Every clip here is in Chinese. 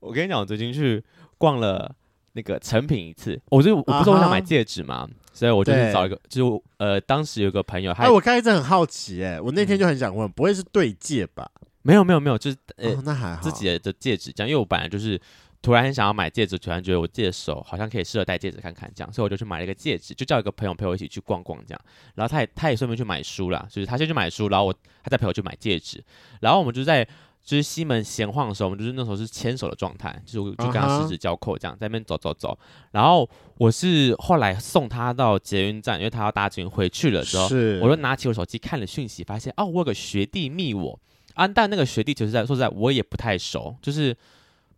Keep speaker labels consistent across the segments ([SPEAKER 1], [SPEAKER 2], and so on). [SPEAKER 1] 我跟你讲，我最近去逛了那个成品一次，啊我哦就我不是我想买戒指嘛所以我就去
[SPEAKER 2] 对
[SPEAKER 1] 找一个，就是呃，当时有个朋友，他、
[SPEAKER 2] 哎，我刚才一直很好奇，哎，我那
[SPEAKER 1] 嗯
[SPEAKER 2] 天就很想问，不会是对戒吧？
[SPEAKER 1] 没有没有没有，就是呃、
[SPEAKER 2] 哦，那还好，
[SPEAKER 1] 自己的戒指这样，因为我本来就是突然很想要买戒指，突然觉得我自己的手好像可以适合戴戒指看看这样，所以我就去买了一个戒指，就叫一个朋友陪我一起去逛逛这样，然后他也他也顺便去买书啦，就是他先去买书，然后我他再陪我去买戒指，然后我们就在。就是西门闲晃的时候，我们就是那时候是牵手的状态，就是我就跟
[SPEAKER 2] 啊
[SPEAKER 1] 他
[SPEAKER 2] 哈
[SPEAKER 1] 十指交扣这样，在那边走走走。然后我是后来送他到捷运站，因为他要搭捷运回去了之后，
[SPEAKER 2] 是，
[SPEAKER 1] 我就拿起我手机看了讯息，发现哦，我有个学弟密我啊，但那个学弟其实在说实在，我也不太熟，就是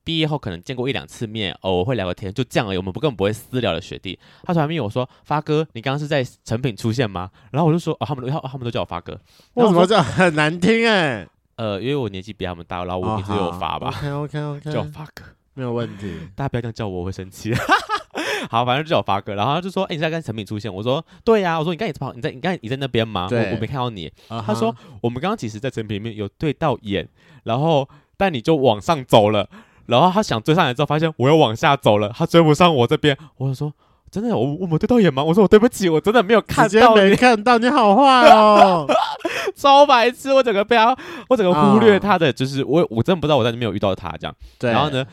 [SPEAKER 1] 毕业后可能见过一两次面，偶尔会聊个天，就这样而已，我们不根本不会私聊的学弟。他突然密我说：“发哥，你刚刚是在成品出现吗？”然后我就说：“哦，他们都、哦他们都叫我发哥，
[SPEAKER 2] 为什么这样很难听？哎，
[SPEAKER 1] 呃，因为我年纪比他们大，然后哦
[SPEAKER 2] 啊
[SPEAKER 1] 我名字有发吧，
[SPEAKER 2] ？OK OK
[SPEAKER 1] 叫我
[SPEAKER 2] OK，
[SPEAKER 1] 发哥。”
[SPEAKER 2] 没有问 题。
[SPEAKER 1] 大家不要这样叫我，我会生气。 好，反正就叫我发哥，然后他就说：“哎、你在跟成品出现？”我说：“对呀、我说：“你刚才跑，你在你刚才你在那边吗？我
[SPEAKER 2] 对
[SPEAKER 1] 我没看到你。”
[SPEAKER 2] 他
[SPEAKER 1] 他说：“我们刚刚其实，在成品里面有对到眼，然后但你就往上走了，然后他想追上来之后，发现我又往下走了，他追不上我这边。”我就说：“真的有，我我们对到眼吗？”我说：“我对不起，我真的没有看
[SPEAKER 2] 直接
[SPEAKER 1] 到
[SPEAKER 2] 没
[SPEAKER 1] 你，
[SPEAKER 2] 看到，你好坏哦。
[SPEAKER 1] 超白痴！我整个被他，我整个忽略
[SPEAKER 2] 啊
[SPEAKER 1] 他的，就是我我真的不知道我在那边有遇到他这样。”
[SPEAKER 2] 对，
[SPEAKER 1] 然后呢，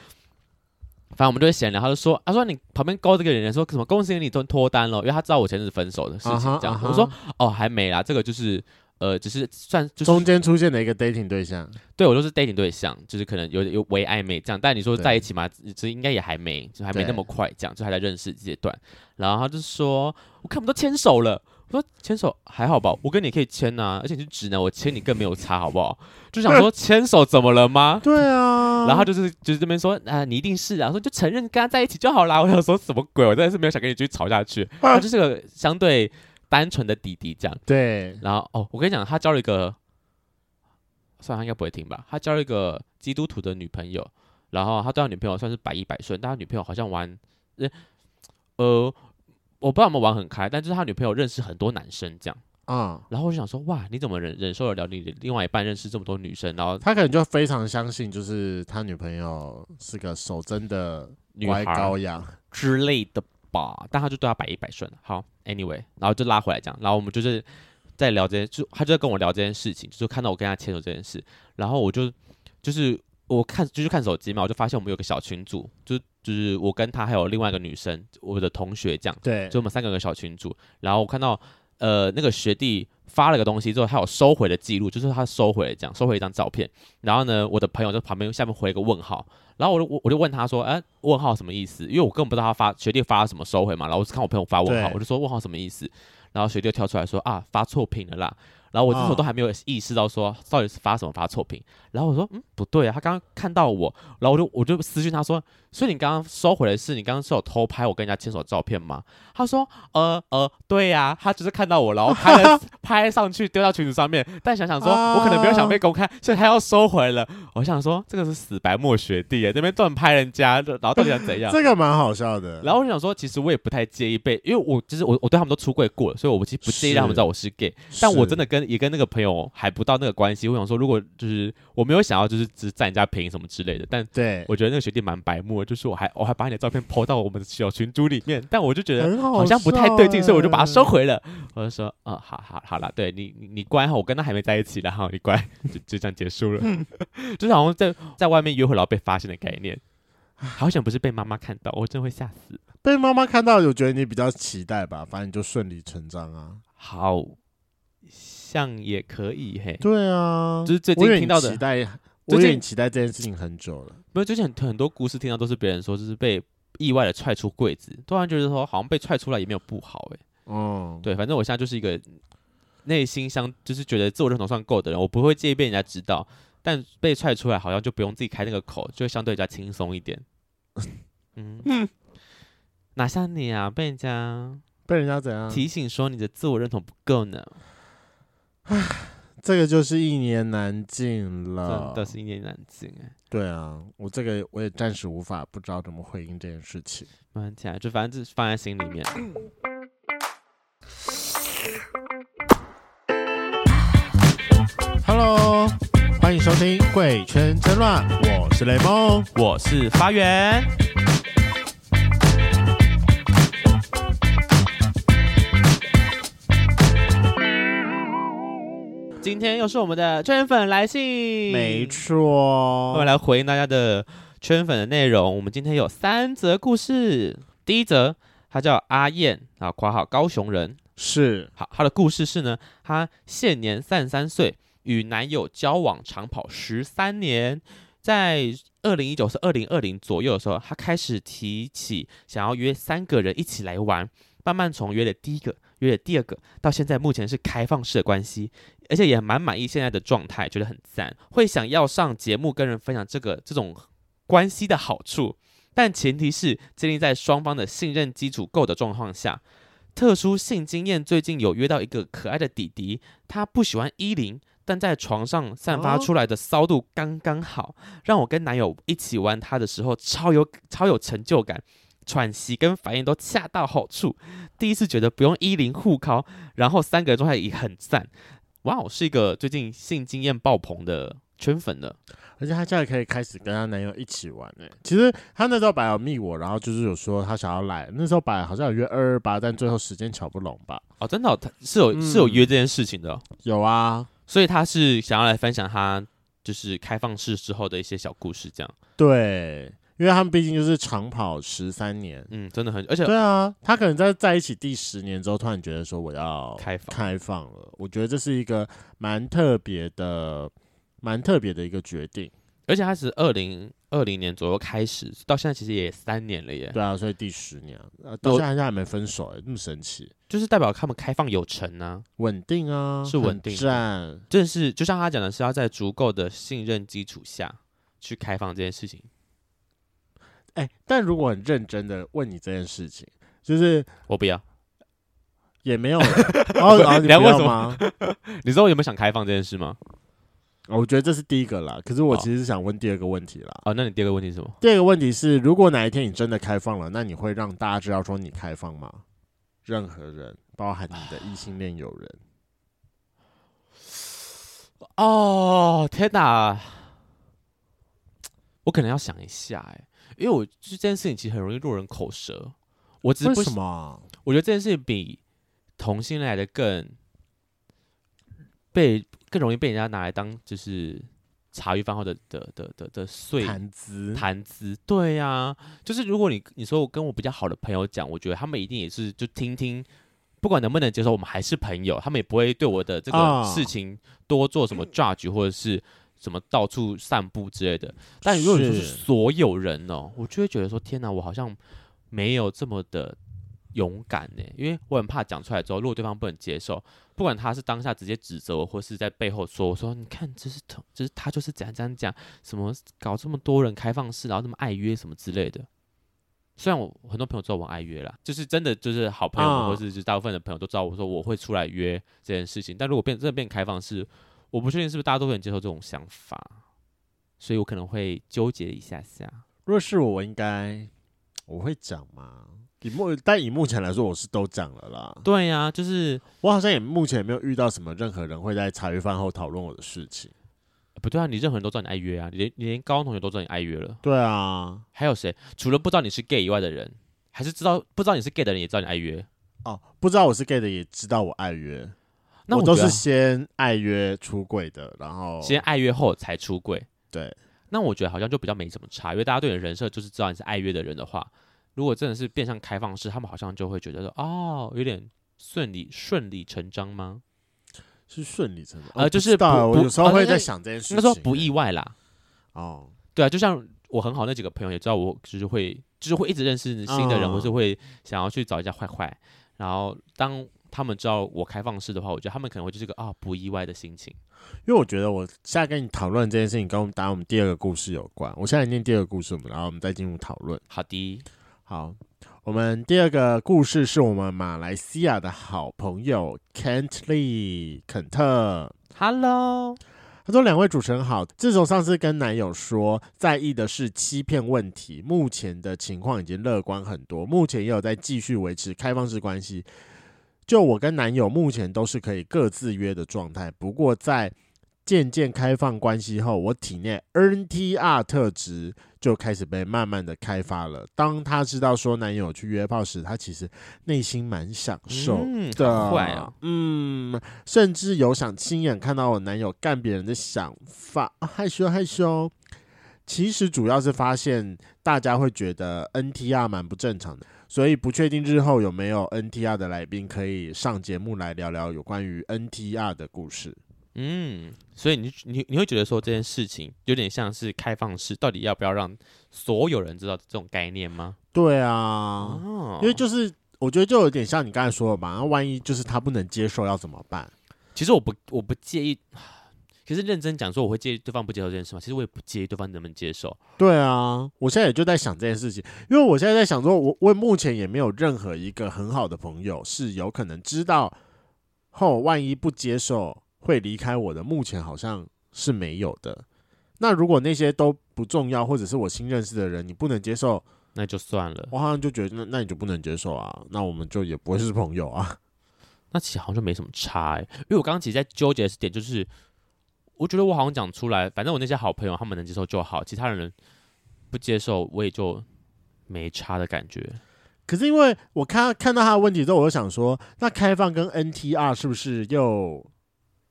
[SPEAKER 1] 反正我们就会闲聊，他就说，啊他说你旁边勾这个人说什么恭喜你脱脱单了，因为他知道我前阵子分手的事
[SPEAKER 2] 啊
[SPEAKER 1] 情
[SPEAKER 2] 哈，
[SPEAKER 1] 这样。
[SPEAKER 2] 啊哈
[SPEAKER 1] 我说哦还没啦，这个就是呃，只是算就是
[SPEAKER 2] 中间出现了一个 dating 对象，
[SPEAKER 1] 对我就是 dating 对象，就是可能有有为暧昧这样，但你说
[SPEAKER 2] 对
[SPEAKER 1] 在一起嘛，这应该也还没，就还没
[SPEAKER 2] 对
[SPEAKER 1] 那么快，这样就还在认识阶段。然后他就说，我看我们都牵手了。我说牵手还好吧，我跟你可以牵啊呐、而且你是直男，我牵你更没有差，好不好？就想 说牵手怎么了吗？
[SPEAKER 2] 对啊，
[SPEAKER 1] 然后就是就是这边说啊、你一定是啊，说就承认跟他在一起就好啦。我想说什么鬼，我真的是没有想跟你继续吵下去。
[SPEAKER 2] 啊
[SPEAKER 1] 他就是个相对单纯的弟弟这样。
[SPEAKER 2] 对，
[SPEAKER 1] 然后哦，我跟你讲，他交了一个，算了，他应该不会听吧？他交了一个基督徒的女朋友，然后他对他女朋友算是百依百顺，但他女朋友好像玩，呃，呃我不知道有没有玩很开，但就是他女朋友认识很多男生这样。
[SPEAKER 2] 啊，
[SPEAKER 1] 然后我就想说，哇，你怎么忍忍受得了你的另外一半认识这么多女生，然后
[SPEAKER 2] 他可能就非常相信，就是他女朋友是个守贞的
[SPEAKER 1] 女
[SPEAKER 2] 乖
[SPEAKER 1] 孩
[SPEAKER 2] 羔羊。
[SPEAKER 1] 之类的吧，但他就对他百依百顺。好，anyway，然后就拉回来讲，然后我们就是在聊这件，就他就在跟我聊这件事情，就是看到我跟他牵手这件事，然后我就就是我看就是看手机嘛，我就发现我们有个小群组，就就是我跟他还有另外一个女生，我的同学这样，
[SPEAKER 2] 对，
[SPEAKER 1] 就我们三个有个小群组，然后我看到呃那个学弟发了个东西之后，他有收回的记录，就是他收回了这样，收回一张照片。然后呢，我的朋友就旁边下面回一个问号，然后我就我我就问他说，哎、问号什么意思？因为我根本不知道他发学弟发了什么收回嘛，然后我是看我朋友发问号，
[SPEAKER 2] 对
[SPEAKER 1] 我就说问号什么意思？然后学弟就跳出来说啊，发错屏了啦。然后我这时候
[SPEAKER 2] 啊
[SPEAKER 1] 都还没有意识到说到底是啊发什么发错屏，然后我说嗯不对啊，他刚刚看到我，然后我就我就私讯他说，所以你刚刚收回来是你刚刚是有偷拍我跟人家牵手的照片吗？他说呃呃对呀、他只是看到我，然后拍了拍上去丢到群组上面，但想想说我可能没有想被公开，所以他要收回了。我想说这个是死白墨学弟耶，那边乱拍人家，然后到底想怎样？
[SPEAKER 2] 这个蛮好笑的。
[SPEAKER 1] 然后我就想说，其实我也不太介意被，因为我就是我，我对他们都出柜过了，所以我其实不介意让他们知道我是 gay。但我真的
[SPEAKER 2] 的
[SPEAKER 1] 跟也跟那个朋友还不到那个关系，我想说，如果就是我没有想要就是只占人家便宜什么之类的，但
[SPEAKER 2] 对，
[SPEAKER 1] 我觉得那个学弟蛮白目的，就是我还我还把你的照片 PO 到我们的小群组里面，但我就觉得
[SPEAKER 2] 很好，欸
[SPEAKER 1] 好像不太对劲，所以我就把它收。回了。我就说，嗯，好好好了，对你你你乖哈，我跟他还没在一起然后你乖，就就这样结束了， 就是好像在在外面约会然后被发现的概念。好想不是被妈妈看到，我真的会吓死。
[SPEAKER 2] 被欸妈妈看到，我觉得你比较期待吧，反正你就顺理成章啊。
[SPEAKER 1] 好像也可以嘿，
[SPEAKER 2] 对啊，
[SPEAKER 1] 就是最
[SPEAKER 2] 我以为
[SPEAKER 1] 近
[SPEAKER 2] 你
[SPEAKER 1] 听到
[SPEAKER 2] 期
[SPEAKER 1] 的，
[SPEAKER 2] 待，
[SPEAKER 1] 最
[SPEAKER 2] 我以为
[SPEAKER 1] 近
[SPEAKER 2] 你期待这件事情很久了。
[SPEAKER 1] 没有最近很很多故事听到都是别人说，就是被意外的踹出柜子，突然觉得说好像被踹出来也没有不好哎。
[SPEAKER 2] 嗯，
[SPEAKER 1] 对，反正我现在就是一个内心相，就是觉得自我认同算够的人，我不会介意被人家知道，但被踹出来好像就不用自己开那个口，就会相对比较轻松一点。嗯，哪像你啊，被人家
[SPEAKER 2] 被人家怎样？
[SPEAKER 1] 提醒说你的自我认同不够呢，
[SPEAKER 2] 这个就是一言难尽
[SPEAKER 1] 真
[SPEAKER 2] 了。
[SPEAKER 1] 的是一言难尽哎。
[SPEAKER 2] 对啊，我这个我也暂时无法不知道怎么回应这件事情。
[SPEAKER 1] 慢慢起来，就反正就是放在心里面。
[SPEAKER 2] Hello，欢欢迎收听《贵圈争乱》，我是雷梦。
[SPEAKER 1] 我是发源。今天又是我们的圈粉来信，
[SPEAKER 2] 没
[SPEAKER 1] 我们
[SPEAKER 2] 错，
[SPEAKER 1] 来回应大家的圈粉的内容。我们今天有三则故事，第一则他叫阿燕啊，括号高雄人。
[SPEAKER 2] 是
[SPEAKER 1] 好，他的故事是呢，他现年三十三岁，与男友交往长跑十三年，在二零一九是二零二零左右的时候，他开始提起想要约三个人一起来玩，慢慢从约了第一个，约了第二个，到现在目前是开放式的关系，而且也蛮满意现在的状态，觉得很赞，会想要上节目跟人分享这个这种关系的好处。但前提是建立在双方的信任基础够的状况下，特殊性经验，最近有约到一个可爱的弟弟，他不喜欢依零，但在床上散发
[SPEAKER 2] 哦
[SPEAKER 1] 出来的骚度刚刚好，让我跟男友一起玩他的时候超有超有成就感，喘息跟反应都恰到好处，第一次觉得不用依零互靠，然后三个人状态也很赞，哇哦，是一个最近性经验爆棚的圈粉了，
[SPEAKER 2] 而且她现在可以开始跟她男友一起玩呢、其实她那时候本来有密我，然后就是有说她想要来，那时候本来好像有约二二八，但最后时间巧不拢吧？
[SPEAKER 1] 哦，真的哦、他是有、是有约这件事情的哦、
[SPEAKER 2] 有啊，
[SPEAKER 1] 所以他是想要来分享他就是开放式之后的一些小故事，这样。
[SPEAKER 2] 对，因为他们毕竟就是长跑十三年。
[SPEAKER 1] 嗯，真的很，而且
[SPEAKER 2] 对啊，他可能在在一起第十年之后，突然觉得说我要
[SPEAKER 1] 开放
[SPEAKER 2] 开放了。我觉得这是一个蛮特别的、蛮特别的一个决定。
[SPEAKER 1] 而且他是二零二零年左右开始，到现在其实也三年了耶，
[SPEAKER 2] 对啊，所以第十年啊，呃到
[SPEAKER 1] 我
[SPEAKER 2] 现在好像还没分手、欸，那么神奇，
[SPEAKER 1] 就是代表他们开放有成啊。
[SPEAKER 2] 稳定啊，
[SPEAKER 1] 是稳定的
[SPEAKER 2] 站
[SPEAKER 1] 正是就像他讲的是要在足够的信任基础下去开放这件事情。
[SPEAKER 2] 哎、但如果很认真的问你这件事情，就是
[SPEAKER 1] 我不要，
[SPEAKER 2] 也没有人，哦，然后 你
[SPEAKER 1] 你要
[SPEAKER 2] 不
[SPEAKER 1] 问
[SPEAKER 2] 要
[SPEAKER 1] 什么
[SPEAKER 2] 吗？
[SPEAKER 1] 你知道我有没有想开放这件事吗？
[SPEAKER 2] 哦我觉得这是第一个啦，可是我
[SPEAKER 1] 哦
[SPEAKER 2] 其实是想问第二个问题啦。
[SPEAKER 1] 哦，那你第二个问题是什么？
[SPEAKER 2] 第二个问题是，如果哪一天你真的开放了，那你会让大家知道说你开放吗？任何人，包含你的异性恋友 人，
[SPEAKER 1] 哦，天哪！我可能要想一下哎，因为我就这件事情其实很容易落人口舌。我只是不
[SPEAKER 2] 为什么？
[SPEAKER 1] 我觉得这件事情比同性恋来的更被更容易被人家拿来当就是茶余饭后的的的的的碎
[SPEAKER 2] 谈资
[SPEAKER 1] 谈资。对呀、就是如果你你说我跟我比较好的朋友讲，我觉得他们一定也是就听听。不管能不能接受，我们还是朋友，他们也不会对我的这个
[SPEAKER 2] 啊
[SPEAKER 1] 事情多做什么 judge 或者是什么到处散步之类的。但如果你说是
[SPEAKER 2] 是
[SPEAKER 1] 所有人哦，我就会觉得说，天哪，我好像没有这么的勇敢呢，因为我很怕讲出来之后，如果对方不能接受，不管他是当下直接指责我，或是在背后说，我说你看，这是同，就是他就是怎样怎样讲，什么搞这么多人开放式，然后这么爱约什么之类的。虽然我很多朋友知道我很爱约啦，就是真的就是好朋友们
[SPEAKER 2] 啊
[SPEAKER 1] 或是就大部分的朋友都知道我说我会出来约这件事情，但如果变真的变开放式，我不确定是不是大家都能接受这种想法，所以我可能会纠结一下下。
[SPEAKER 2] 若是我，我应该我会讲吗？以目但以目前来说，我是都讲了啦。
[SPEAKER 1] 对呀、就是
[SPEAKER 2] 我好像也目前也没有遇到什么任何人会在茶余饭后讨论我的事情。
[SPEAKER 1] 不对啊，你任何人都知道你爱约啊，你连你连高中同学都知道你爱约了，
[SPEAKER 2] 对啊，
[SPEAKER 1] 还有谁？除了不知道你是 gay 以外的人，还是知道不知道你是 gay 的人也知道你爱约？
[SPEAKER 2] 哦，不知道我是 gay 的也知道我爱约，
[SPEAKER 1] 那
[SPEAKER 2] 我
[SPEAKER 1] 我
[SPEAKER 2] 都
[SPEAKER 1] 觉得
[SPEAKER 2] 是先爱约出轨的，然后
[SPEAKER 1] 先爱约后才出柜。
[SPEAKER 2] 哦对
[SPEAKER 1] 那我觉得好像就比较没什么差，因为大家对你的人设就是知道你是爱约的人的话，如果真的是变相开放式，他们好像就会觉得说，哦，有点顺理顺理成章吗？
[SPEAKER 2] 是顺理成章。
[SPEAKER 1] 呃
[SPEAKER 2] 哦
[SPEAKER 1] 就是
[SPEAKER 2] 不知道啊
[SPEAKER 1] 不
[SPEAKER 2] 我
[SPEAKER 1] 不
[SPEAKER 2] 有时候
[SPEAKER 1] 哦
[SPEAKER 2] 会
[SPEAKER 1] 应该
[SPEAKER 2] 在想这件事
[SPEAKER 1] 应
[SPEAKER 2] 情。啊
[SPEAKER 1] 该说不意外啦，
[SPEAKER 2] 哦，
[SPEAKER 1] 对啊，就像我很好那几个朋友也知道我就是会就是会一直认识新的人，
[SPEAKER 2] 嗯
[SPEAKER 1] 我是会想要去找一下坏坏，然后当他们知道我开放式的话，我觉得他们可能会就是个啊、不意外的心情。
[SPEAKER 2] 因为我觉得我现在跟你讨论这件事情，跟我们答我们第二个故事有关。我现在念第二个故事，我们然后我们再进入讨论。
[SPEAKER 1] 好的，
[SPEAKER 2] 好，我们第二个故事是我们马来西亚的好朋友 Kent Lee 肯特。
[SPEAKER 1] Hello，
[SPEAKER 2] 他说：“两位主持人好，自从上次跟男友说在意的是欺骗问题，目前的情况已经乐观很多，目前也有在继续维持开放式关系。就我跟男友目前都是可以各自约的状态，不过在渐渐开放关系后，我体内 NTR 特质就开始被慢慢的开发了。当她知道说男友去约炮时，她其实内心蛮享受
[SPEAKER 1] 嗯
[SPEAKER 2] 的，
[SPEAKER 1] 好坏哦
[SPEAKER 2] 啊嗯，甚至有想亲眼看到我男友干别人的想法，啊害羞害羞。其实主要是发现大家会觉得 NTR 蛮不正常的，所以不确定日后有没有 NTR 的来宾可以上节目来聊聊有关于 NTR 的故事。
[SPEAKER 1] 嗯，所以你你你会觉得说这件事情有点像是开放式，到底要不要让所有人知道这种概念吗？
[SPEAKER 2] 对啊，
[SPEAKER 1] 哦
[SPEAKER 2] 因为就是我觉得就有点像你刚才说的吧，那万一就是他不能接受要怎么办？
[SPEAKER 1] 其实我不我不介意，其实认真讲说我会介意对方不接受这件事吗？其实我也不介意对方能不能接受。
[SPEAKER 2] 对啊，我现在也就在想这件事情，因为我现在在想说，我我目前也没有任何一个很好的朋友是有可能知道后万一不接受会离开我的，目前好像是没有的。那如果那些都不重要，或者是我新认识的人，你不能接受，
[SPEAKER 1] 那就算了，
[SPEAKER 2] 我好像就觉得那那你就不能接受啊，那我们就也不会是朋友啊。
[SPEAKER 1] 那其实好像就没什么差、欸，因为我刚刚其实在纠结的点就是，我觉得我好像讲出来，反正我那些好朋友他们能接受就好，其他人不接受我也就没差的感觉。
[SPEAKER 2] 可是因为我看看到他的问题之后，我就想说，那开放跟 NTR 是不是又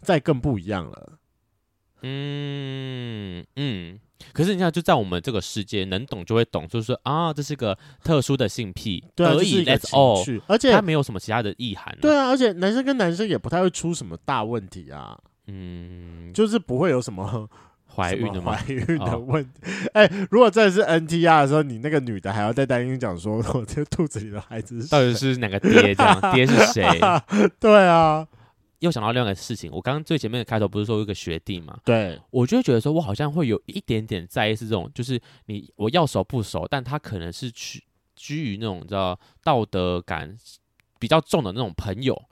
[SPEAKER 2] 再更不一样了？
[SPEAKER 1] 嗯嗯，可是你看，就在我们这个世界，能懂就会懂，就是说啊，这是个特殊的性癖，
[SPEAKER 2] 对啊，
[SPEAKER 1] 而
[SPEAKER 2] 这是
[SPEAKER 1] 已
[SPEAKER 2] 一个
[SPEAKER 1] ，That's
[SPEAKER 2] 情
[SPEAKER 1] all，
[SPEAKER 2] 绪，而且
[SPEAKER 1] 它没有什么其他的意涵、
[SPEAKER 2] 对，啊，而且男生跟男生也不太会出什么大问题啊，
[SPEAKER 1] 嗯，
[SPEAKER 2] 就是不会有什么
[SPEAKER 1] 怀
[SPEAKER 2] 什么
[SPEAKER 1] 孕了吗？
[SPEAKER 2] 怀孕的
[SPEAKER 1] 哦
[SPEAKER 2] 问题。 哎、如果真的是 NTR 的时候，你那个女的还要再担心讲说，我这肚子里的孩子是
[SPEAKER 1] 到底是哪个爹？这 样爹是谁？
[SPEAKER 2] 谁？ 对啊，
[SPEAKER 1] 又想到另外一个事情，我刚刚最前面的开头不是说有一个学弟嘛，
[SPEAKER 2] 对，
[SPEAKER 1] 我就会觉得说，我好像会有一点点在意是这种，就是你我要熟不熟，但他可能是居居于那种你知道道德感比较重的那种朋友，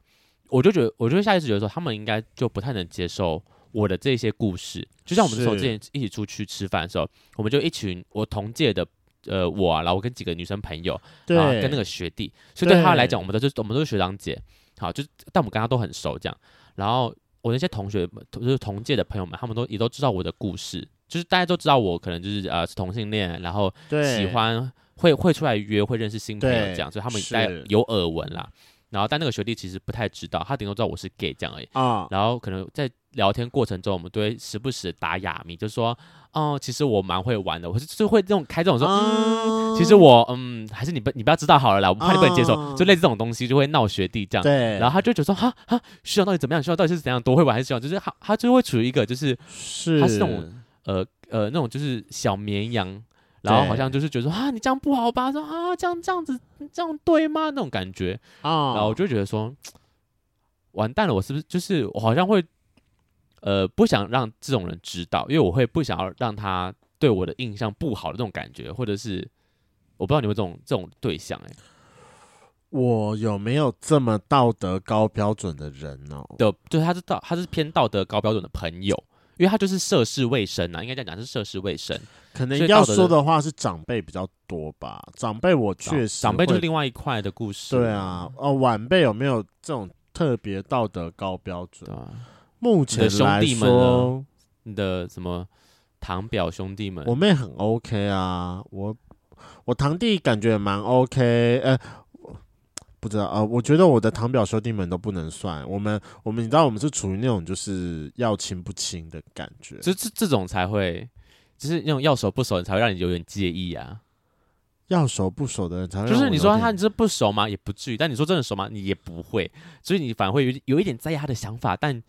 [SPEAKER 1] 我就觉得，我就会下意识觉得说，他们应该就不太能接受我的这些故事。就像我们那时候
[SPEAKER 2] 是
[SPEAKER 1] 之前一起出去吃饭的时候，我们就一群我同届的。呃，我啊，然后我跟几个女生朋友，
[SPEAKER 2] 对，
[SPEAKER 1] 啊，跟那个学弟，所以对他
[SPEAKER 2] 对
[SPEAKER 1] 来讲，我们都是我们都是学长姐，好，就是但我们跟他都很熟这样。然后我那些同学们就是同届的朋友们，他们都也都知道我的故事，就是大家都知道我可能就是呃是同性恋，然后
[SPEAKER 2] 对
[SPEAKER 1] 喜欢会会出来约，会认识新朋友
[SPEAKER 2] 对
[SPEAKER 1] 这样，所以他们
[SPEAKER 2] 是
[SPEAKER 1] 大概有耳闻啦。然后但那个学弟其实不太知道，他顶多知道我是 gay 这样而已。
[SPEAKER 2] 啊，
[SPEAKER 1] 然后可能在聊天过程中，我们都会时不时地打哑谜，就说哦，其实我蛮会玩的，我是就会这种开这种
[SPEAKER 2] 啊
[SPEAKER 1] 说，
[SPEAKER 2] 哦
[SPEAKER 1] 嗯，其实我嗯，还是你不你不要知道好了啦，我怕你不能接受，
[SPEAKER 2] 啊
[SPEAKER 1] 就类似这种东西就会闹学弟这样。
[SPEAKER 2] 对，
[SPEAKER 1] 啊然后他就觉得说哈哈，学长到底怎么样？学长到底是怎样多会玩？还是学长就是他他就会处于一个就是
[SPEAKER 2] 是
[SPEAKER 1] 他是那种呃呃那种就是小绵羊，然后好像就是觉得说啊你这样不好吧？说啊这样这样子这样对吗？那种感觉，
[SPEAKER 2] 啊，
[SPEAKER 1] 然后我就觉得说完蛋了，我是不是就是我好像会呃不想让这种人知道，因为我会不想要让他对我的印象不好的那种感觉，或者是我不知道你们这种这种对象哎、
[SPEAKER 2] 我有没有这么道德高标准的人哦？
[SPEAKER 1] 的，就是他是道他是偏道德高标准的朋友，因为他就是涉世未深啊，应该这样讲是涉世未深。
[SPEAKER 2] 可
[SPEAKER 1] 所
[SPEAKER 2] 能
[SPEAKER 1] 以
[SPEAKER 2] 要
[SPEAKER 1] 道德
[SPEAKER 2] 说
[SPEAKER 1] 的
[SPEAKER 2] 的话是长辈比较多吧，长辈我确实
[SPEAKER 1] 长辈就是
[SPEAKER 2] 会
[SPEAKER 1] 另外一块的故事，
[SPEAKER 2] 对，啊，哦，晚辈有没有这种特别道德高标
[SPEAKER 1] 对
[SPEAKER 2] 准？
[SPEAKER 1] 啊，
[SPEAKER 2] 目前来
[SPEAKER 1] 你的兄弟们
[SPEAKER 2] 说
[SPEAKER 1] 呢，你的什么堂表兄弟们，
[SPEAKER 2] 我妹很 OK 啊，我我堂弟感觉也蛮 OK，呃。不知道呃，我觉得我的堂表兄弟们都不能算，我们我们你知道我们是处于那种就是要亲不亲的感觉，
[SPEAKER 1] 就这这种才会，就是那种要熟不熟，才会让你有点介意啊。
[SPEAKER 2] 要熟不熟的人才会
[SPEAKER 1] 就
[SPEAKER 2] 让
[SPEAKER 1] 是
[SPEAKER 2] 我
[SPEAKER 1] 你
[SPEAKER 2] 有
[SPEAKER 1] 说
[SPEAKER 2] 点
[SPEAKER 1] 他你是不熟吗？也不至于，但你说真的熟吗？你也不会，所以你反而会有有一点在意他的想法，但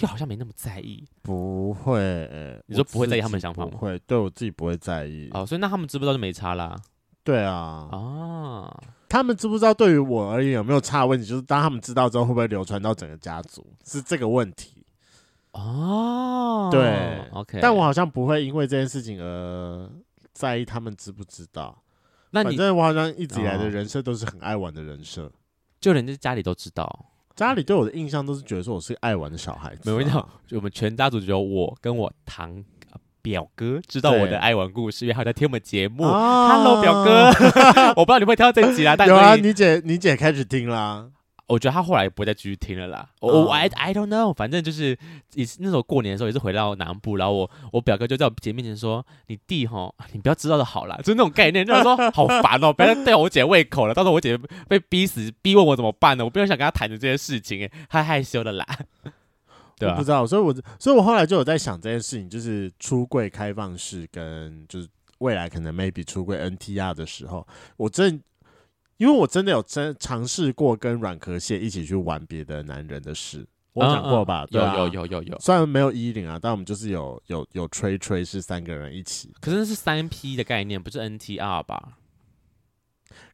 [SPEAKER 1] 又好像没那么在意。
[SPEAKER 2] 不会、呃
[SPEAKER 1] 你说
[SPEAKER 2] 我
[SPEAKER 1] 不会在意他
[SPEAKER 2] 自
[SPEAKER 1] 们
[SPEAKER 2] 己
[SPEAKER 1] 想法
[SPEAKER 2] 不
[SPEAKER 1] 吗
[SPEAKER 2] 会，对我自己不会在意。
[SPEAKER 1] 哦，所以那他们知不知道就没差啦。
[SPEAKER 2] 对啊，
[SPEAKER 1] 啊，
[SPEAKER 2] 他们知不知道对于我而言有没有差的问题，就是当他们知道之后，会不会流传到整个家族，是这个问题。
[SPEAKER 1] 哦，
[SPEAKER 2] 对
[SPEAKER 1] ，OK。
[SPEAKER 2] 但我好像不会因为这件事情而在意他们知不知道。
[SPEAKER 1] 那
[SPEAKER 2] 反
[SPEAKER 1] 你
[SPEAKER 2] 正我好像一直以来的
[SPEAKER 1] 哦
[SPEAKER 2] 人设都是很爱玩的人设，
[SPEAKER 1] 就连在家里都知道，
[SPEAKER 2] 家里对我的印象都是觉得说我是个爱玩的小孩子、啊
[SPEAKER 1] 没有我跟你讲，就我们全家族只有我跟我堂呃表哥知道我
[SPEAKER 2] 对
[SPEAKER 1] 的爱玩故事，因为他有在听我们节目。
[SPEAKER 2] 啊
[SPEAKER 1] Hello，表哥，我不知道你会不会听到这集啦，但
[SPEAKER 2] 有啊，
[SPEAKER 1] 所以
[SPEAKER 2] 你姐你姐开始听啦，
[SPEAKER 1] 我觉得他后来也不会再继续听了啦。我、
[SPEAKER 2] 嗯
[SPEAKER 1] 我 I I don't know，反正就是也是那时候过年的时候也是回到南部，然后我我表哥就在我姐面前说：“你弟哈，你不要知道的好啦，就是那种概念，就是 说好烦哦、不要再吊我姐胃口了。到时候我姐被逼死，逼问我怎么办呢？我不想跟她谈的这些事情、欸，她害羞的啦。对
[SPEAKER 2] 我
[SPEAKER 1] 啊
[SPEAKER 2] 不，知道，所以我所以我后来就有在想这件事情，就是出柜开放式跟就是未来可能 maybe 出柜 NTR 的时候，我真因为我真的有真尝试过跟软壳蟹一起去玩别的男人的事，我有讲过吧？对
[SPEAKER 1] 有
[SPEAKER 2] 啊
[SPEAKER 1] 嗯有。有有有，
[SPEAKER 2] 虽然没有衣领啊，但我们就是有有有吹吹是三个人一起，
[SPEAKER 1] 可是那是三 P 的概念，不是 NTR 吧？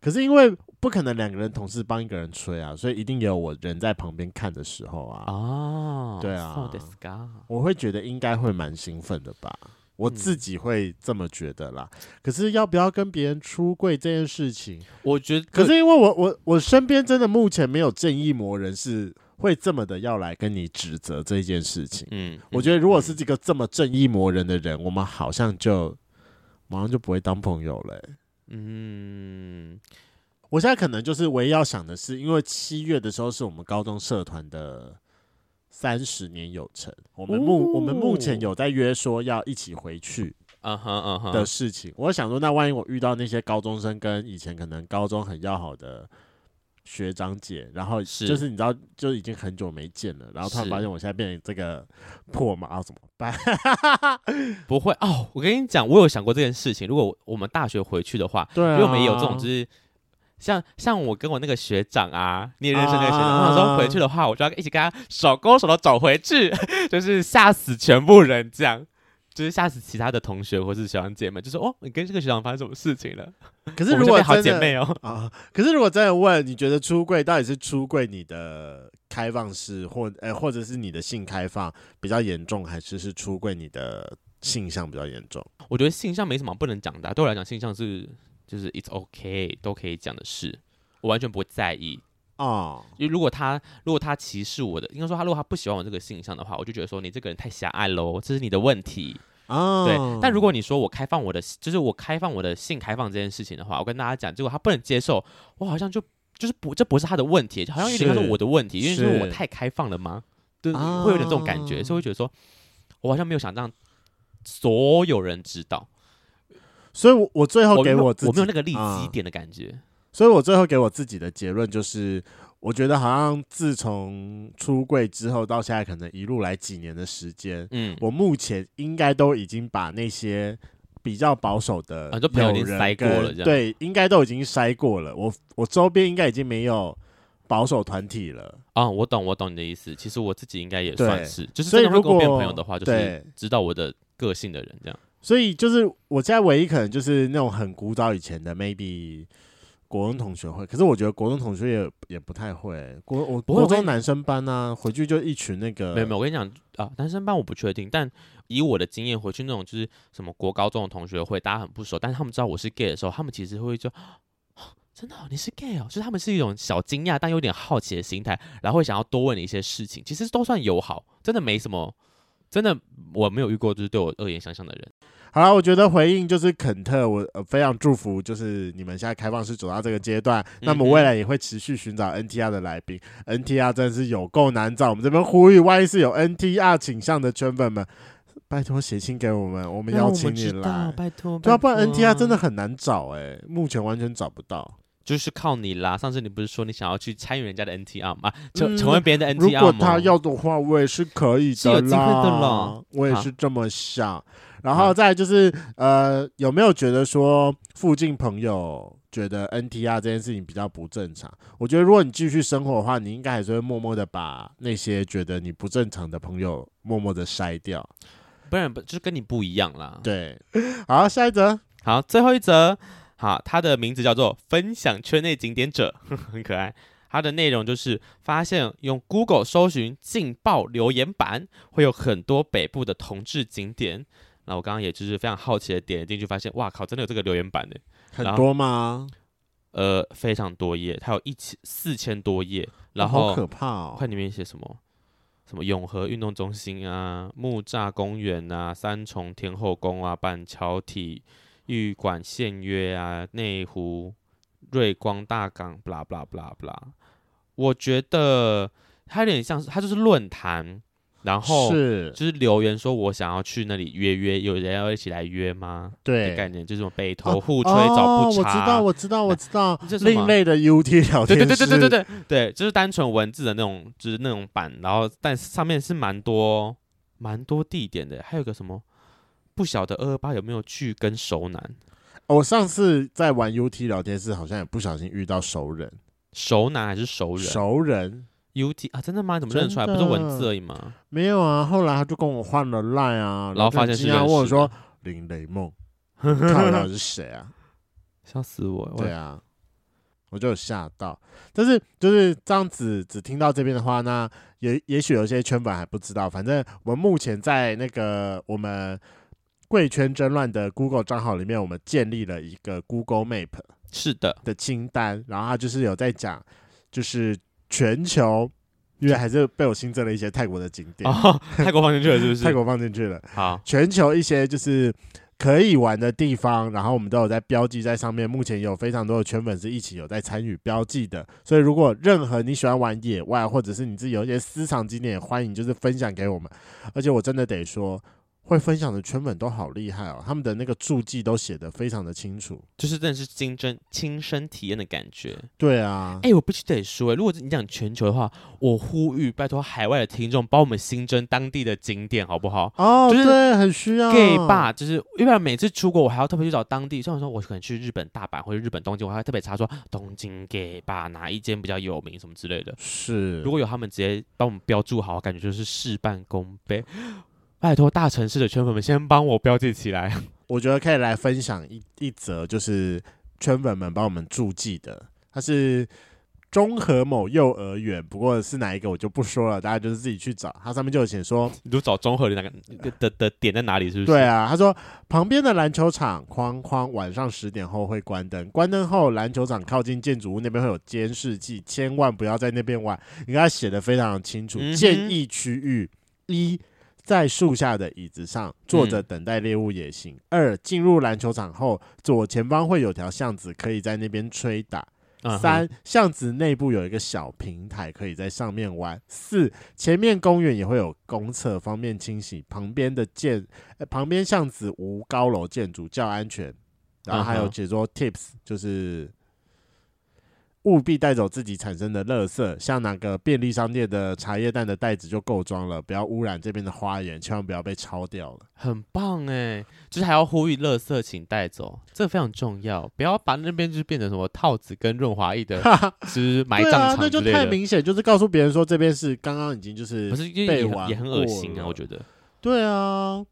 [SPEAKER 2] 可是因为不可能两个人同时帮一个人吹啊，所以一定也有我人在旁边看的时候啊。
[SPEAKER 1] 哦，
[SPEAKER 2] 对啊
[SPEAKER 1] そうですか
[SPEAKER 2] 我会觉得应该会蛮兴奋的吧，我
[SPEAKER 1] 嗯
[SPEAKER 2] 自己会这么觉得啦。可是要不要跟别人出柜这件事情，
[SPEAKER 1] 我觉得，
[SPEAKER 2] 可是因为我我我身边真的目前没有正义魔人是会这么的要来跟你指责这件事情。
[SPEAKER 1] 嗯，
[SPEAKER 2] 我觉得如果是这个这么正义魔人的人，我们好像就马上就不会当朋友了欸、
[SPEAKER 1] 嗯，嗯，
[SPEAKER 2] 我现在可能就是唯一要想的是，因为七月的时候是我们高中社团的三十年有成，我们目、
[SPEAKER 1] 哦
[SPEAKER 2] 我们目前有在约说要一起回去
[SPEAKER 1] 嗯哼嗯哼，
[SPEAKER 2] 的事情。我想说，那万一我遇到那些高中生跟以前可能高中很要好的学长姐，然后
[SPEAKER 1] 是
[SPEAKER 2] 就是你知道，就已经很久没见了，然后突然
[SPEAKER 1] 是
[SPEAKER 2] 发现我现在变成这个破马、啊，怎么办？
[SPEAKER 1] 不会哦，我跟你讲，我有想过这件事情。如果我我们大学回去的话，
[SPEAKER 2] 对啊，
[SPEAKER 1] 因为我们也有这种，就是像像我跟我那个学长啊，你也认识那个学长，他
[SPEAKER 2] 啊
[SPEAKER 1] 说回去的话，我就要一起跟他手勾手的走回去， 就是吓死全部人这样。就是吓死其他的同学或是学长姐们，就说哦，你跟这个学长发生什么事情了？可
[SPEAKER 2] 可是如果
[SPEAKER 1] 好
[SPEAKER 2] 真
[SPEAKER 1] 姐
[SPEAKER 2] 的
[SPEAKER 1] 妹哦，
[SPEAKER 2] 啊， 可是如果真的问，你觉得出柜到底是出柜你的开放式，或呃，或者是你的性开放比较严重，还是是出柜你的性向比较严重？
[SPEAKER 1] 我觉得性向没什么不能讲的啊、对我来讲，性向是就是 it's okay 都可以讲的事，我完全不会在意。
[SPEAKER 2] 哦，
[SPEAKER 1] 因为如果他如果他歧视我的，应该说他如果他不喜欢我这个形象的话，我就觉得说你这个人太狭隘喽，这是你的问题。
[SPEAKER 2] 啊，
[SPEAKER 1] 对，但如果你说我开放我的，就是我开放我的性开放这件事情的话，我跟大家讲，结果他不能接受，我好像就就是不这不是他的问题，好像有点像是
[SPEAKER 2] 是
[SPEAKER 1] 我的问题，因为
[SPEAKER 2] 是
[SPEAKER 1] 是我太开放了吗？对，
[SPEAKER 2] 啊
[SPEAKER 1] 会有点这种感觉，所以会觉得说我好像没有想让所有人知道，
[SPEAKER 2] 所以我，我最后
[SPEAKER 1] 没
[SPEAKER 2] 给
[SPEAKER 1] 有
[SPEAKER 2] 我自
[SPEAKER 1] 我没
[SPEAKER 2] 己
[SPEAKER 1] 有那个立
[SPEAKER 2] 啊
[SPEAKER 1] 基点的感觉。
[SPEAKER 2] 所以我最后给我自己的结论就是，我觉得好像自从出柜之后到现在，可能一路来几年的时间，
[SPEAKER 1] 嗯，
[SPEAKER 2] 我目前应该都已经把那些比较保守的
[SPEAKER 1] 啊就朋友已经
[SPEAKER 2] 友人
[SPEAKER 1] 筛过了这
[SPEAKER 2] 跟
[SPEAKER 1] 样
[SPEAKER 2] 对，应该都已经筛过了。我我周边应该已经没有保守团体了，
[SPEAKER 1] 啊、我懂，我懂你的意思。其实我自己应该也
[SPEAKER 2] 对
[SPEAKER 1] 算是，就是
[SPEAKER 2] 所以
[SPEAKER 1] 真的会
[SPEAKER 2] 如
[SPEAKER 1] 跟我变
[SPEAKER 2] 果
[SPEAKER 1] 朋友的话，就是
[SPEAKER 2] 对
[SPEAKER 1] 知道我的个性的人这样。
[SPEAKER 2] 所以就是我现在唯一可能就是那种很古早以前的 maybe。国中同学会，可是我觉得国中同学也也不太会。国我
[SPEAKER 1] 不会
[SPEAKER 2] 国
[SPEAKER 1] 我跟
[SPEAKER 2] 中
[SPEAKER 1] 你
[SPEAKER 2] 男生班啊，回去就一群那个
[SPEAKER 1] 没有没有，我跟你讲啊，单身班我不确定，但以我的经验回去那种就是什么国高中的同学会，大家很不熟，但是他们知道我是 gay 的时候，他们其实会就。啊真的哦、你是 gay 哦，就是他们是一种小惊讶，但有点好奇的心态，然后会想要多问你一些事情，其实都算友好，真的没什么，真的我没有遇过就是对我恶言相向的人。
[SPEAKER 2] 好了，我觉得回应就是肯特，我、呃、非常祝福，就是你们现在开放式走到这个阶段，那么
[SPEAKER 1] 嗯哼
[SPEAKER 2] 未来也会持续寻找 NTR 的来宾。NTR 真的是有够难找，我们这边呼吁，万一是有 NTR 倾向的圈粉们，拜托写信给我们，我们邀请你来。
[SPEAKER 1] 拜托，
[SPEAKER 2] 对啊，不然 NTR 真的很难找哎、目前完全找不到。
[SPEAKER 1] 就是靠你啦。上次你不是说你想要去参与人家的 NTR 吗？成
[SPEAKER 2] 嗯
[SPEAKER 1] 成为别人的
[SPEAKER 2] 如
[SPEAKER 1] NTR 吗？
[SPEAKER 2] 果他要的话，我也是可以
[SPEAKER 1] 是有
[SPEAKER 2] 的
[SPEAKER 1] 机会的
[SPEAKER 2] 啦
[SPEAKER 1] 啦。
[SPEAKER 2] 我也
[SPEAKER 1] 好
[SPEAKER 2] 是这么想。然
[SPEAKER 1] 好
[SPEAKER 2] 后再来就是，呃，有没有觉得说附近朋友觉得 NTR 这件事情比较不正常？我觉得如果你继续生活的话，你应该还是会默默的把那些觉得你不正常的朋友默默的筛掉。
[SPEAKER 1] 哦不然不就是跟你不一样啦。
[SPEAKER 2] 对，好，下一则，
[SPEAKER 1] 好，最后一则，好，它的名字叫做“分享圈内景点者”， 很可爱。它的内容就是发现用 Google 搜寻“劲爆留言板”，会有很多北部的同志景点。那我刚刚也就是非常好奇的点进去，发现哇靠，真的有这个留言板呢，
[SPEAKER 2] 很
[SPEAKER 1] 然后
[SPEAKER 2] 多吗？
[SPEAKER 1] 呃，非常多页，它有一千四千多页，然
[SPEAKER 2] 好
[SPEAKER 1] 后
[SPEAKER 2] 可怕哦
[SPEAKER 1] 看！里面写什么，什么永和运动中心啊、木栅公园啊、三重天后宫啊、板桥体育馆限约啊、内湖瑞光大港，blah blah blah blah。我觉得他有点像是他就是论坛，然后
[SPEAKER 2] 是，
[SPEAKER 1] 就是留言说我想要去那里约约，有人要一起来约吗？的概
[SPEAKER 2] 对，
[SPEAKER 1] 念就是北
[SPEAKER 2] 哦
[SPEAKER 1] 投互吹找
[SPEAKER 2] 哦
[SPEAKER 1] 不
[SPEAKER 2] 我知道，
[SPEAKER 1] 查。
[SPEAKER 2] 我知道，我知道
[SPEAKER 1] 这，是什么
[SPEAKER 2] 另类的 UT 聊
[SPEAKER 1] 对
[SPEAKER 2] 哦天
[SPEAKER 1] 对
[SPEAKER 2] 室，
[SPEAKER 1] 对对对对对对，就是单纯文字的那种，就是那种版，然后但上面是蛮多蛮多地点的，还有个什么不晓得二二八有没有去跟熟男，
[SPEAKER 2] 哦我上次在玩 UT 聊天室，好像也不小心遇到熟人，
[SPEAKER 1] 熟男还是熟人
[SPEAKER 2] 熟人
[SPEAKER 1] U T 啊？真的吗？你怎么认得出来？不
[SPEAKER 2] 真
[SPEAKER 1] 是
[SPEAKER 2] 的
[SPEAKER 1] 文字而已吗？
[SPEAKER 2] 没有啊。后来他就跟我换了 line 啊，
[SPEAKER 1] 然后发现是
[SPEAKER 2] 人家
[SPEAKER 1] 认
[SPEAKER 2] 问
[SPEAKER 1] 识
[SPEAKER 2] 我说
[SPEAKER 1] 的
[SPEAKER 2] 林雷梦， 看我到底是 谁啊？
[SPEAKER 1] 笑死我！
[SPEAKER 2] 对
[SPEAKER 1] 我
[SPEAKER 2] 啊，我就有吓到。但是就是这样子，只听到这边的话，那也也许有些圈粉还不知道。反正我们目前在那个我们贵圈争乱的 Google 账号里面，我们建立了一个 Google Map
[SPEAKER 1] 是的，
[SPEAKER 2] 的清单，然后它就是有在讲，就是全球，因为还是被我新增了一些泰国的景点，
[SPEAKER 1] 哦，泰国放进去了是不是？
[SPEAKER 2] 泰国放进去了。
[SPEAKER 1] 好，
[SPEAKER 2] 全球一些就是可以玩的地方，然后我们都有在标记在上面。目前有非常多的圈粉是一起有在参与标记的，所以如果任何你喜欢玩野外，或者是你自己有一些私藏景点，也欢迎就是分享给我们。而且我真的得说，会分享的圈粉都好厉害哦，他们的那个注记都写得非常的清楚。
[SPEAKER 1] 就是真的是亲身亲身体验的感觉。
[SPEAKER 2] 对啊，
[SPEAKER 1] 哎、我必须得说、如果你讲全球的话，我呼吁拜托海外的听众帮我们新增当地的景点，好不好、
[SPEAKER 2] 哦，
[SPEAKER 1] 就是
[SPEAKER 2] 对，很需要
[SPEAKER 1] gay 吧，就是因为每次出国我还要特别去找当地，像我说我可能去日本大阪或者日本东京，我还要特别查说东京 gay 吧哪一间比较有名什么之类的。
[SPEAKER 2] 是，
[SPEAKER 1] 如果有他们直接帮我们标注好，感觉就是事半功倍。拜托大城市的圈粉们先帮我标记起来。
[SPEAKER 2] 我觉得可以来分享一一则，就是圈粉们帮我们注记的，它是中和某幼儿园，不过是哪一个我就不说了，大家就是自己去找。它上面就有写说，
[SPEAKER 1] 你就找综合的那个的的的点在哪里，是不是？
[SPEAKER 2] 对啊，他说旁边的篮球场框框晚上十点后会关灯，关灯后篮球场靠近建筑物那边会有监视器，千万不要在那边玩。你看他写的非常清楚，
[SPEAKER 1] 嗯哼
[SPEAKER 2] 建议区域一。在树下的椅子上坐
[SPEAKER 1] 嗯
[SPEAKER 2] 着等待猎物也行。二，进入篮球场后，左前方会有条巷子，可以在那边吹打。
[SPEAKER 1] 嗯哼
[SPEAKER 2] 三，巷子内部有一个小平台，可以在上面玩。四，前面公园也会有公厕，方便清洗。旁边的建，呃旁边巷子无高楼建筑，较安全。然后还有
[SPEAKER 1] 嗯哼
[SPEAKER 2] 解说 tips，就是务必带走自己产生的垃圾，像哪个便利商店的茶叶蛋的袋子就够装了，不要污染这边的花园，千万不要被抄掉了。
[SPEAKER 1] 很棒哎，就是还要呼吁垃圾请带走，这非常重要，不要把那边就是变成什么套子跟润滑液的就是埋
[SPEAKER 2] 对
[SPEAKER 1] 葬
[SPEAKER 2] 啊，
[SPEAKER 1] 场
[SPEAKER 2] 那
[SPEAKER 1] 之
[SPEAKER 2] 就
[SPEAKER 1] 类
[SPEAKER 2] 太
[SPEAKER 1] 的，
[SPEAKER 2] 明显，就是告诉别人说这边是刚刚已经就是
[SPEAKER 1] 可是因为
[SPEAKER 2] 被
[SPEAKER 1] 也
[SPEAKER 2] 玩
[SPEAKER 1] 很也很恶
[SPEAKER 2] 过
[SPEAKER 1] 心啊，
[SPEAKER 2] 了
[SPEAKER 1] 我觉得
[SPEAKER 2] 对啊，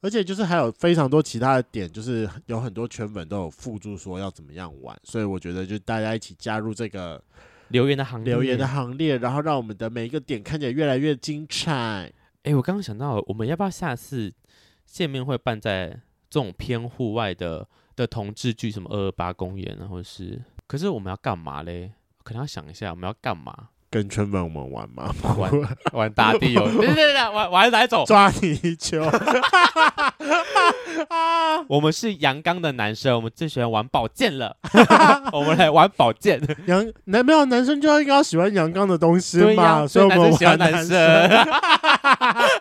[SPEAKER 2] 而且就是还有非常多其他的点，就是有很多圈粉都有附注说要怎么样玩，所以我觉得就大家一起加入这个
[SPEAKER 1] 留言的行
[SPEAKER 2] 留言的
[SPEAKER 1] 哎
[SPEAKER 2] 行列，然后让我们的每一个点看起来越来越精彩。，
[SPEAKER 1] 诶我刚刚想到，我们要不要下次见面会办在这种偏户外的的同志剧，什么二二八公园啊，或者是，可是我们要干嘛嘞？可能要想一下我们要干嘛，
[SPEAKER 2] 跟圈粉我们玩吗？
[SPEAKER 1] 玩 玩打地游，对对对，玩玩哪一种？
[SPEAKER 2] 抓泥鳅，
[SPEAKER 1] 我们是阳刚的男生，我们最喜欢玩宝剑 了。我们来玩宝剑，
[SPEAKER 2] 阳男没有男生就要应该要喜欢阳刚的东西
[SPEAKER 1] 对
[SPEAKER 2] 嘛，
[SPEAKER 1] 呀，
[SPEAKER 2] 所以我
[SPEAKER 1] 男
[SPEAKER 2] 们
[SPEAKER 1] 生喜欢
[SPEAKER 2] 玩
[SPEAKER 1] 男
[SPEAKER 2] 男
[SPEAKER 1] 生。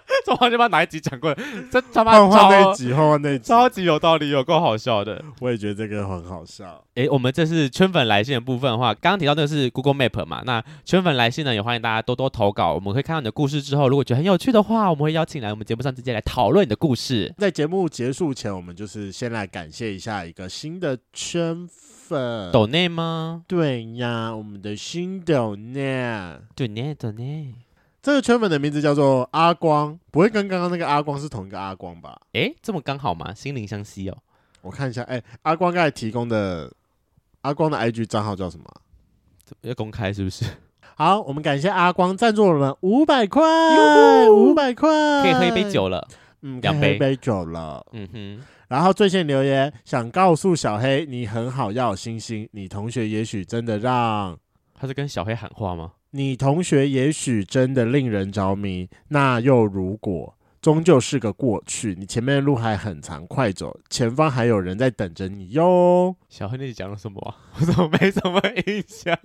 [SPEAKER 1] 这我就把哪一集讲过了，这他妈
[SPEAKER 2] 换换那
[SPEAKER 1] 超
[SPEAKER 2] 集，换换那集，
[SPEAKER 1] 超级有道理，有够好笑的。
[SPEAKER 2] 我也觉得这个很好笑。
[SPEAKER 1] 诶，我们这是圈粉来信的部分的话，刚刚提到这个是 Google Map 嘛，那圈粉来信呢，也欢迎大家多多投稿。我们会看到你的故事之后，如果觉得很有趣的话，我们会邀请来我们节目上直接来讨论你的故事。
[SPEAKER 2] 在节目结束前，我们就是先来感谢一下一个新的圈粉，
[SPEAKER 1] 抖内吗？
[SPEAKER 2] 对呀，我们的新抖呢，
[SPEAKER 1] 抖内抖内。
[SPEAKER 2] 这个圈粉的名字叫做阿光，不会跟刚刚那个阿光是同一个阿光吧？
[SPEAKER 1] 诶，这么刚好吗？心灵相惜哦。
[SPEAKER 2] 我看一下，哎、阿光刚才提供的阿光的 IG 账号叫什么啊？
[SPEAKER 1] 要公开是不是？
[SPEAKER 2] 好，我们感谢阿光赞助了我们五百块，
[SPEAKER 1] 呼
[SPEAKER 2] 五百块
[SPEAKER 1] 可以喝一杯，酒了。
[SPEAKER 2] 嗯，可以
[SPEAKER 1] 两
[SPEAKER 2] 喝
[SPEAKER 1] 杯
[SPEAKER 2] 一杯酒了。
[SPEAKER 1] 嗯哼，
[SPEAKER 2] 然后最先留言想告诉小黑，你很好，要有星星，你同学也许真的让。
[SPEAKER 1] 他是跟小黑喊话吗？
[SPEAKER 2] 你同学也许真的令人着迷，那又如果？终究是个过去，你前面的路还很长，快走，前方还有人在等着你哟。
[SPEAKER 1] 小黑那集讲了什么、啊？我怎么没什么印象？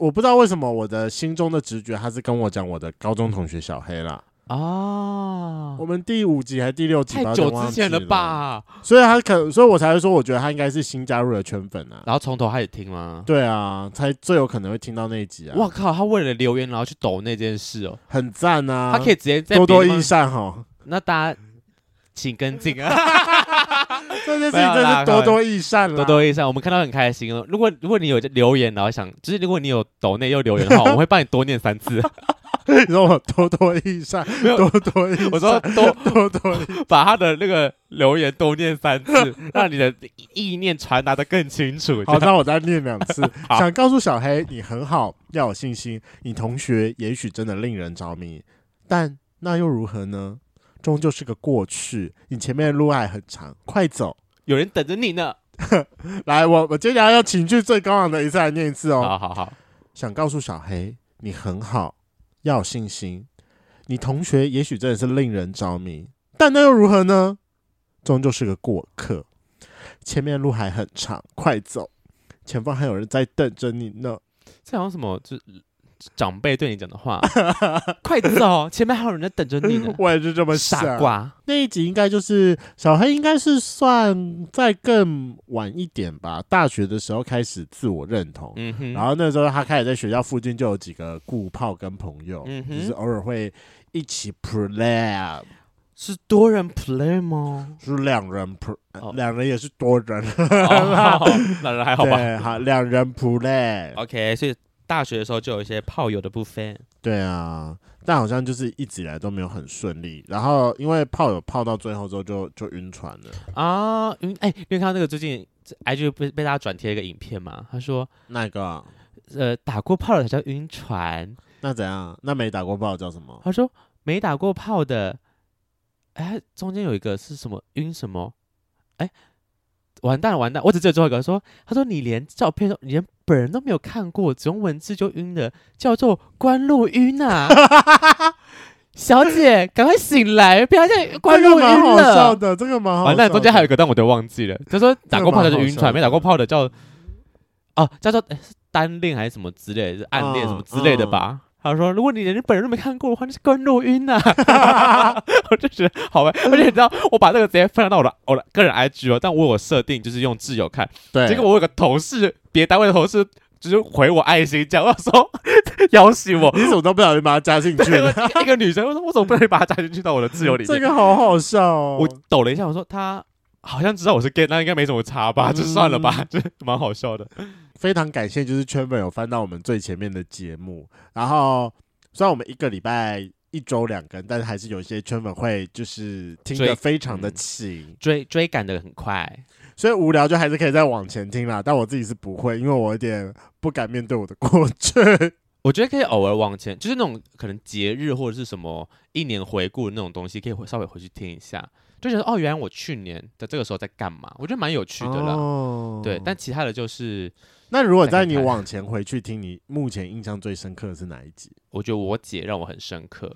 [SPEAKER 2] 我不知道为什么我的心中的直觉，他是跟我讲我的高中同学小黑啦。
[SPEAKER 1] 啊
[SPEAKER 2] 我，们第五集还是第六集
[SPEAKER 1] 太
[SPEAKER 2] 吧，
[SPEAKER 1] 久
[SPEAKER 2] 我忘
[SPEAKER 1] 之
[SPEAKER 2] 记
[SPEAKER 1] 前了？吧？
[SPEAKER 2] 所以他可，所以我才会说，我觉得他应该是新加入的圈粉啊。
[SPEAKER 1] 然后从头开始听吗？
[SPEAKER 2] 对啊，才最有可能会听到那一集啊。
[SPEAKER 1] 我靠，他为了留言然后去抖那件事哦，
[SPEAKER 2] 很赞啊！
[SPEAKER 1] 他可以直接在
[SPEAKER 2] 多多
[SPEAKER 1] 别的
[SPEAKER 2] 益
[SPEAKER 1] 地方
[SPEAKER 2] 善哦哈，
[SPEAKER 1] 那大家请跟进 啊，没有
[SPEAKER 2] 这件事情
[SPEAKER 1] 啦
[SPEAKER 2] 真是多多益善啦。
[SPEAKER 1] 多多益善，我们看到很开心哦。如果如果你有留言，然后想，就是如果你有抖内又留言的话，我们会帮你多念三 次。
[SPEAKER 2] 你说我多多益善，
[SPEAKER 1] 没有
[SPEAKER 2] 多多益善，
[SPEAKER 1] 我说多
[SPEAKER 2] 多多益
[SPEAKER 1] 把他的那个留言多念三 次，让你的意念传达的更清楚。
[SPEAKER 2] 好，
[SPEAKER 1] 这样。
[SPEAKER 2] 那我再念两次
[SPEAKER 1] 好
[SPEAKER 2] 想告诉小黑，你很好，要有信心。你同学也许真的令人着迷，但那又如何呢？终究是个过去，你前面的路还很长，快走！
[SPEAKER 1] 有人等着你呢。
[SPEAKER 2] 来，我我接下来要情绪最高昂的一次来念一次哦。
[SPEAKER 1] 好好好，
[SPEAKER 2] 想告诉小黑，你很好，要有信心。你同学也许真的是令人着迷，但那又如何呢？终究是个过客，前面路还很长，快走，前方还有人在等着你呢。
[SPEAKER 1] 这好像什么，就是长辈对你讲的 话，快走，前面还有人在等着你呢。
[SPEAKER 2] 我也是啊这么想。
[SPEAKER 1] 嗯傻瓜，
[SPEAKER 2] 那一集应该就是小黑，应该是算再更晚一点吧，大学的时候开始自我认同。
[SPEAKER 1] 嗯哼，
[SPEAKER 2] 然后那时候他开始在学校附近就有几个顾炮跟朋友，
[SPEAKER 1] 嗯哼
[SPEAKER 2] 就是偶尔会一起 play，啊
[SPEAKER 1] 是多人 play 吗？
[SPEAKER 2] 是两人 play，、
[SPEAKER 1] 哦
[SPEAKER 2] 两人也是多人，
[SPEAKER 1] 哦，那人还好吧
[SPEAKER 2] 对，好，两人 play，、
[SPEAKER 1] ？OK，所以大学的时候就有一些炮友的部分。
[SPEAKER 2] 对啊，但好像就是一直以来都没有很顺利。然后因为炮友泡到最后之后就就晕船了，
[SPEAKER 1] 啊，嗯，哎、因为看到那个最近这 IG 被被大家转贴一个影片嘛，他说，
[SPEAKER 2] 那个啊
[SPEAKER 1] 呃，打过炮的才叫晕船。
[SPEAKER 2] 那怎样？那没打过炮叫什么？
[SPEAKER 1] 他说没打过炮的，哎、中间有一个是什么晕什么？哎、完蛋了完蛋！我只记得最后一个说，他说你连照片都你连本人都没有看过，只用文字就晕了，叫做关路晕 啊！小姐，赶快醒来，不要再关
[SPEAKER 2] 这
[SPEAKER 1] 路
[SPEAKER 2] 个
[SPEAKER 1] 晕
[SPEAKER 2] 蛮好笑
[SPEAKER 1] 了。
[SPEAKER 2] 的，这个蛮好笑的。
[SPEAKER 1] 完蛋，哦中间还有一个，但我都忘记 了。他说打过炮的就
[SPEAKER 2] 这个蛮好
[SPEAKER 1] 晕
[SPEAKER 2] 笑
[SPEAKER 1] 船，
[SPEAKER 2] 的
[SPEAKER 1] 没打过炮的叫哦，叫做哎是单恋还是什么之类的，是暗恋
[SPEAKER 2] 嗯
[SPEAKER 1] 什么之类的吧。他说：“如果你连本人都没看过的话，那是关路晕呐、 我就觉得好玩，而且你知道，我把这个直接分享到我的我的个人 IG 哦，但我有设定就是用挚友看。
[SPEAKER 2] 对，
[SPEAKER 1] 结果我有个同事，别单位的同事，就是回我爱心，讲我说 邀请我。
[SPEAKER 2] 你怎么都不小心把它加进 去了？
[SPEAKER 1] 一个女生，我说我怎么不能把她加进去到我的挚友里面？
[SPEAKER 2] 这个好好笑哦！
[SPEAKER 1] 我抖了一下，我说他好像知道我是 gay，那应该没什么差吧，就算了吧，就蛮好笑的。
[SPEAKER 2] 非常感谢，就是圈粉有翻到我们最前面的节目。然后虽然我们一个礼拜一周两更，但是还是有一些圈粉会就是听
[SPEAKER 1] 追
[SPEAKER 2] 得非常的勤，
[SPEAKER 1] 追追赶的很快，
[SPEAKER 2] 所以无聊就还是可以再往前听啦。但我自己是不会，因为我有点不敢面对我的过 去。
[SPEAKER 1] 我觉得可以偶尔往前，就是那种可能节日或者是什么一年回顾的那种东西，可以回稍微回去听一下，就觉得哦，原来我去年的这个时候在干嘛，我觉得蛮有趣的啦。
[SPEAKER 2] 哦
[SPEAKER 1] 对，但其他的就是，
[SPEAKER 2] 那如果在
[SPEAKER 1] 再
[SPEAKER 2] 你
[SPEAKER 1] 看看
[SPEAKER 2] 往前回去听，你目前印象最深刻的是哪一集？
[SPEAKER 1] 我觉得我姐让我很深刻，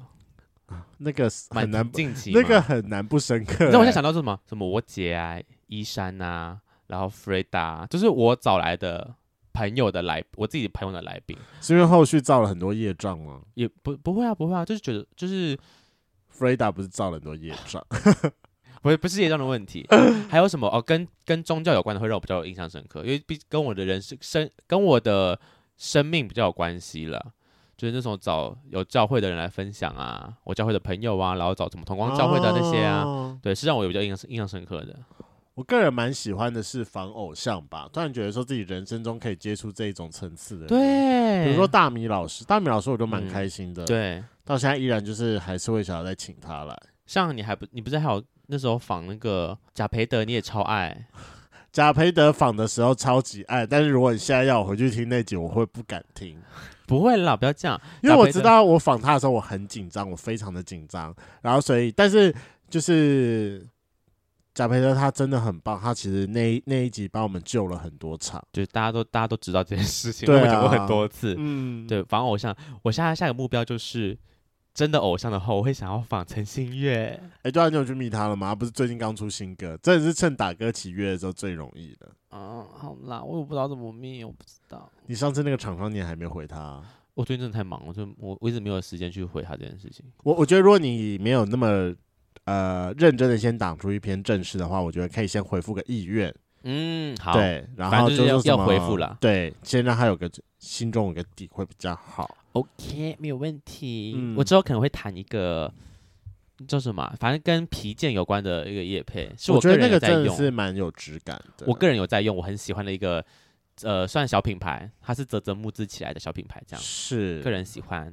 [SPEAKER 2] 那个是很
[SPEAKER 1] 蛮
[SPEAKER 2] 难，
[SPEAKER 1] 近期
[SPEAKER 2] 啊 那个
[SPEAKER 1] 嘛，
[SPEAKER 2] 很难不深刻、
[SPEAKER 1] 你知道我现在
[SPEAKER 2] 欸
[SPEAKER 1] 想到是什么？什么我姐啊，依珊啊，然后 Freda，啊就是我找来的朋友的来，我自己朋友的来宾。
[SPEAKER 2] 是因为后续造了很多业障吗
[SPEAKER 1] 也不不会啊，不会啊，就是觉得就是
[SPEAKER 2] ？Freda 不是造了很多业障，
[SPEAKER 1] 不是不是业障的问题，还有什么哦，跟跟宗教有关的会让我比较有印象深刻，因为毕跟我的人生生跟我的生命比较有关系了。就是那时候找有教会的人来分享啊，我教会的朋友啊，然后找什么同光教会的那些啊，
[SPEAKER 2] 哦
[SPEAKER 1] 对，是让我有比较印象印象深刻的。
[SPEAKER 2] 我个人蛮喜欢的是仿偶像吧，突然觉得说自己人生中可以接触这一种层次的人，，
[SPEAKER 1] 对，
[SPEAKER 2] 比如说大米老师，大米老师我就蛮开心的，，
[SPEAKER 1] 对，
[SPEAKER 2] 到现在依然就是还是会想要再请他来。
[SPEAKER 1] 像你还不你不是还有那时候仿那个贾培德，你也超爱，
[SPEAKER 2] 贾培德仿的时候超级爱，但是如果你现在要我回去听那集，我会不敢 听，
[SPEAKER 1] 不会啦，不要这样，
[SPEAKER 2] 因为我知道我仿他的时候我很紧张，我非常的紧张，然后所以但是就是贾培德他真的很棒，他其实那一那一集帮我们救了很多场，
[SPEAKER 1] 就是大家都大家都知道这件事情，
[SPEAKER 2] 对啊
[SPEAKER 1] 我讲过很多次，
[SPEAKER 2] 嗯，
[SPEAKER 1] 对，反正我像我现在下一个目标就是真的偶像的话，我会想要仿陈信月。
[SPEAKER 2] 哎、对啊，你有去密他了吗？他不是最近刚出新歌，真的是趁打歌起乐的时候最容易的。
[SPEAKER 1] 嗯，好啦，我也不知道怎么命，我不知道。
[SPEAKER 2] 你上次那个厂商你也还没回他啊、
[SPEAKER 1] 我最近真的太忙，我就我我一直没有时间去回他这件事情。
[SPEAKER 2] 我我觉得如果你没有那么呃认真的先打出一篇正式的话，我觉得可以先回复个意愿，
[SPEAKER 1] 嗯，好，
[SPEAKER 2] 对，然
[SPEAKER 1] 反
[SPEAKER 2] 后
[SPEAKER 1] 正就是要
[SPEAKER 2] 是什
[SPEAKER 1] 要
[SPEAKER 2] 么
[SPEAKER 1] 回复啦
[SPEAKER 2] 对，先让他有个心中有个底会比较好。
[SPEAKER 1] ，OK，没有问题。
[SPEAKER 2] 嗯
[SPEAKER 1] 我之后可能会谈一个叫什么啊，反正跟皮件有关的一个叶配，是
[SPEAKER 2] 我
[SPEAKER 1] 个
[SPEAKER 2] 觉得那
[SPEAKER 1] 人有
[SPEAKER 2] 个
[SPEAKER 1] 在
[SPEAKER 2] 真的
[SPEAKER 1] 用，
[SPEAKER 2] 是蛮有质感的。
[SPEAKER 1] 我个人有在用，我很喜欢的一个呃，算小品牌，它是泽泽募资起来的小品牌，这样
[SPEAKER 2] 是
[SPEAKER 1] 个人喜欢。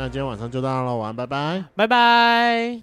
[SPEAKER 2] 那今天晚上就到了，晚安，拜拜。
[SPEAKER 1] 拜拜。